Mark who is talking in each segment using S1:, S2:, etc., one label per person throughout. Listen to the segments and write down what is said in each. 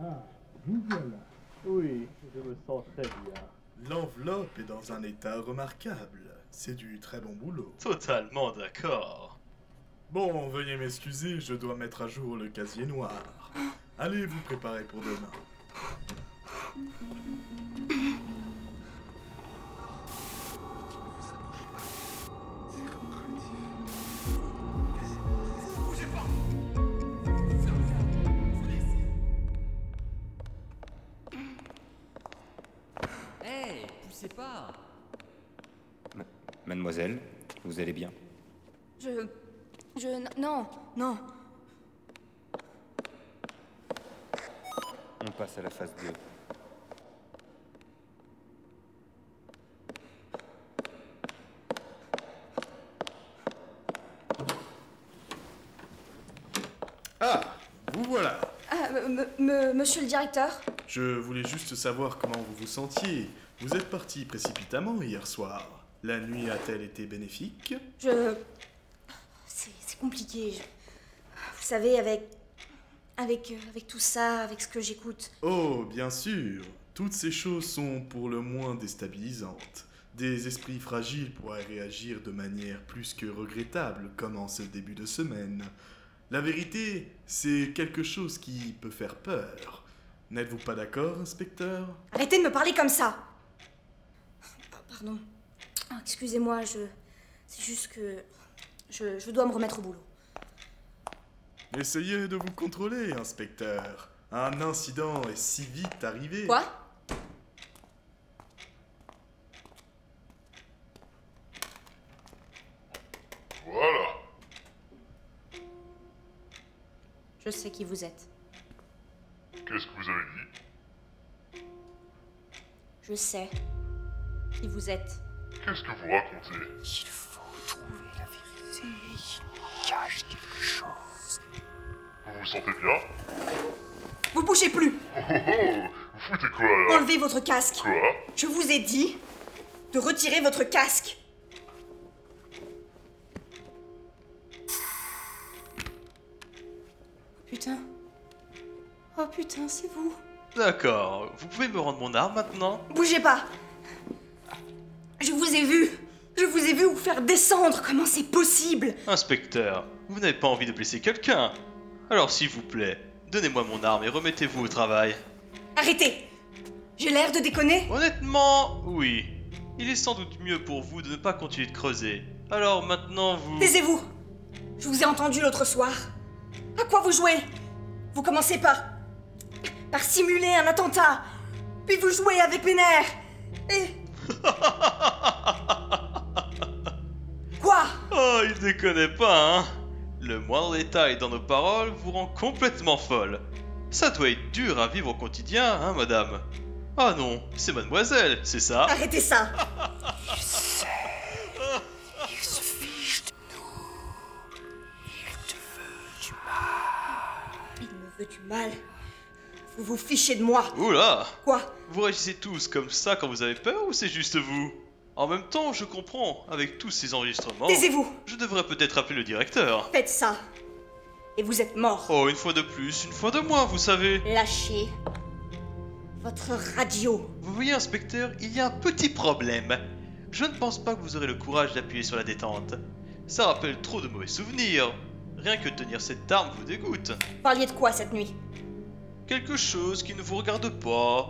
S1: Ah, vous voilà.
S2: Oui, je me sens très bien.
S3: L'enveloppe est dans un état remarquable. C'est du très bon boulot.
S4: Totalement d'accord.
S3: Bon, veuillez m'excuser, je dois mettre à jour le casier noir. Allez vous préparer pour demain.
S5: Hey, Eh, poussez pas
S6: Mademoiselle, vous allez bien
S7: Je. Je. Non, non.
S6: On passe à la phase 2.
S3: Ah, vous voilà.
S7: Ah, me- me- monsieur le directeur
S3: Je voulais juste savoir comment vous vous sentiez. Vous êtes parti précipitamment hier soir. La nuit a-t-elle été bénéfique
S7: Je. C'est c'est compliqué. je- Vous savez, avec. Avec, euh, avec tout ça, avec ce que j'écoute.
S3: Oh, bien sûr. Toutes ces choses sont pour le moins déstabilisantes. Des esprits fragiles pourraient réagir de manière plus que regrettable, comme en ce début de semaine. La vérité, c'est quelque chose qui peut faire peur. N'êtes-vous pas d'accord, inspecteur
S7: Arrêtez de me parler comme ça P- Pardon. Ah, Excusez-moi, je. C'est juste que. Je, je dois me remettre au boulot.
S3: Essayez de vous contrôler, inspecteur. Un incident est si vite arrivé.
S7: Quoi
S8: Voilà.
S7: Je sais qui vous êtes.
S8: Qu'est-ce que vous avez dit
S7: Je sais qui vous êtes.
S8: Qu'est-ce que vous racontez Il faut trouver la vérité.
S7: Vous bougez plus
S8: Il cache quelque chose. Vous vous sentez bien Oh oh Vous foutez quoi là
S7: Enlevez votre casque
S8: Quoi
S7: Je vous ai dit de retirer votre casque Putain. Oh putain, c'est vous.
S4: D'accord, vous pouvez me rendre mon arme maintenant
S7: Bougez pas Je vous ai vu Je vous ai vu vous faire descendre Comment c'est possible
S4: Inspecteur, vous n'avez pas envie de blesser quelqu'un Alors s'il vous plaît, donnez-moi mon arme et remettez-vous au travail.
S7: Arrêtez J'ai l'air de déconner
S4: Honnêtement, oui. Il est sans doute mieux pour vous de ne pas continuer de creuser. Alors maintenant vous...
S7: Taisez-vous Je vous ai entendu l'autre soir. À quoi vous jouez Vous commencez par. par simuler un attentat, puis vous jouez avec mes nerfs Et. quoi
S4: Oh, il déconne pas, hein Le moindre détail dans nos paroles vous rend complètement folle. Ça doit être dur à vivre au quotidien, hein, madame Ah non, c'est mademoiselle, c'est ça
S7: Arrêtez ça Il me veut du mal. Vous vous fichez de moi.
S4: Oula
S7: Quoi
S4: Vous réagissez tous comme ça quand vous avez peur ou c'est juste vous En même temps, je comprends, avec tous ces enregistrements,
S7: Taisez-vous
S4: je devrais peut-être appeler le directeur.
S7: Faites ça. Et vous êtes mort.
S4: Oh, une fois de plus, une fois de moins, vous savez
S7: Lâchez votre radio.
S4: Vous voyez, inspecteur, il y a un petit problème. Je ne pense pas que vous aurez le courage d'appuyer sur la détente. Ça rappelle trop de mauvais souvenirs. Rien que tenir cette arme vous dégoûte.
S7: Vous parliez de quoi cette nuit
S4: Quelque chose qui ne vous regarde pas.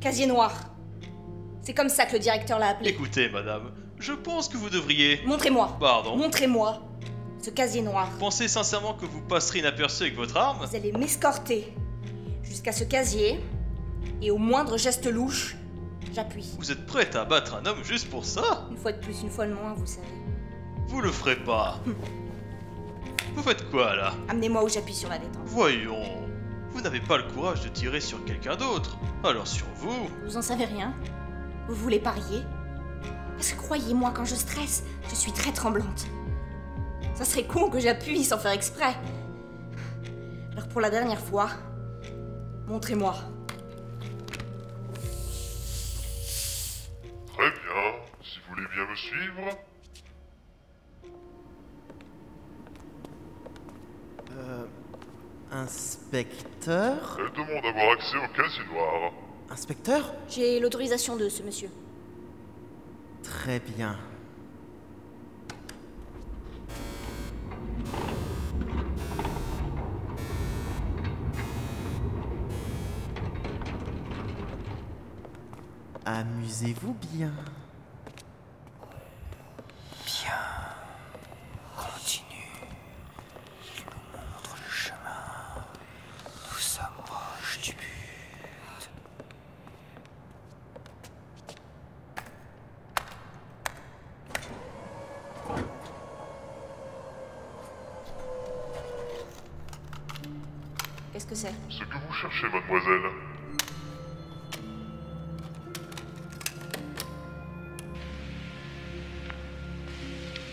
S7: Casier noir. C'est comme ça que le directeur l'a appelé.
S4: Écoutez, madame, je pense que vous devriez.
S7: Montrez-moi.
S4: Pardon.
S7: Montrez-moi ce casier noir.
S4: Pensez sincèrement que vous passerez inaperçu avec votre arme
S7: Vous allez m'escorter jusqu'à ce casier et au moindre geste louche, j'appuie.
S4: Vous êtes prête à abattre un homme juste pour ça
S7: Une fois de plus, une fois de moins, vous savez.
S4: Vous le ferez pas. Vous faites quoi là
S7: Amenez-moi où j'appuie sur la détente.
S4: Voyons. Vous n'avez pas le courage de tirer sur quelqu'un d'autre. Alors sur vous.
S7: Vous en savez rien Vous voulez parier Parce que croyez-moi, quand je stresse, je suis très tremblante. Ça serait con que j'appuie sans faire exprès. Alors pour la dernière fois, montrez-moi.
S8: Très bien. Si vous voulez bien me suivre.
S2: Inspecteur
S1: Inspecteur
S8: Elle demande avoir accès au casinoir.
S1: Inspecteur
S7: J'ai l'autorisation de ce monsieur.
S1: Très bien. Amusez-vous bien.
S7: Qu'est-ce que c'est
S8: Ce que vous cherchez, mademoiselle.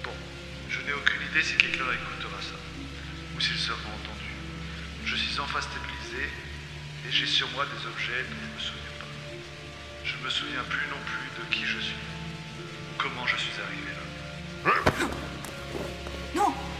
S5: Bon, je n'ai aucune idée si l'éclair écoutera ça, ou s'il sera entendu. Je suis enfin stabilisé, et j'ai sur moi des objets dont je ne me souviens pas. Je ne me souviens plus non plus de qui je suis, ou comment je suis arrivé là.
S7: Non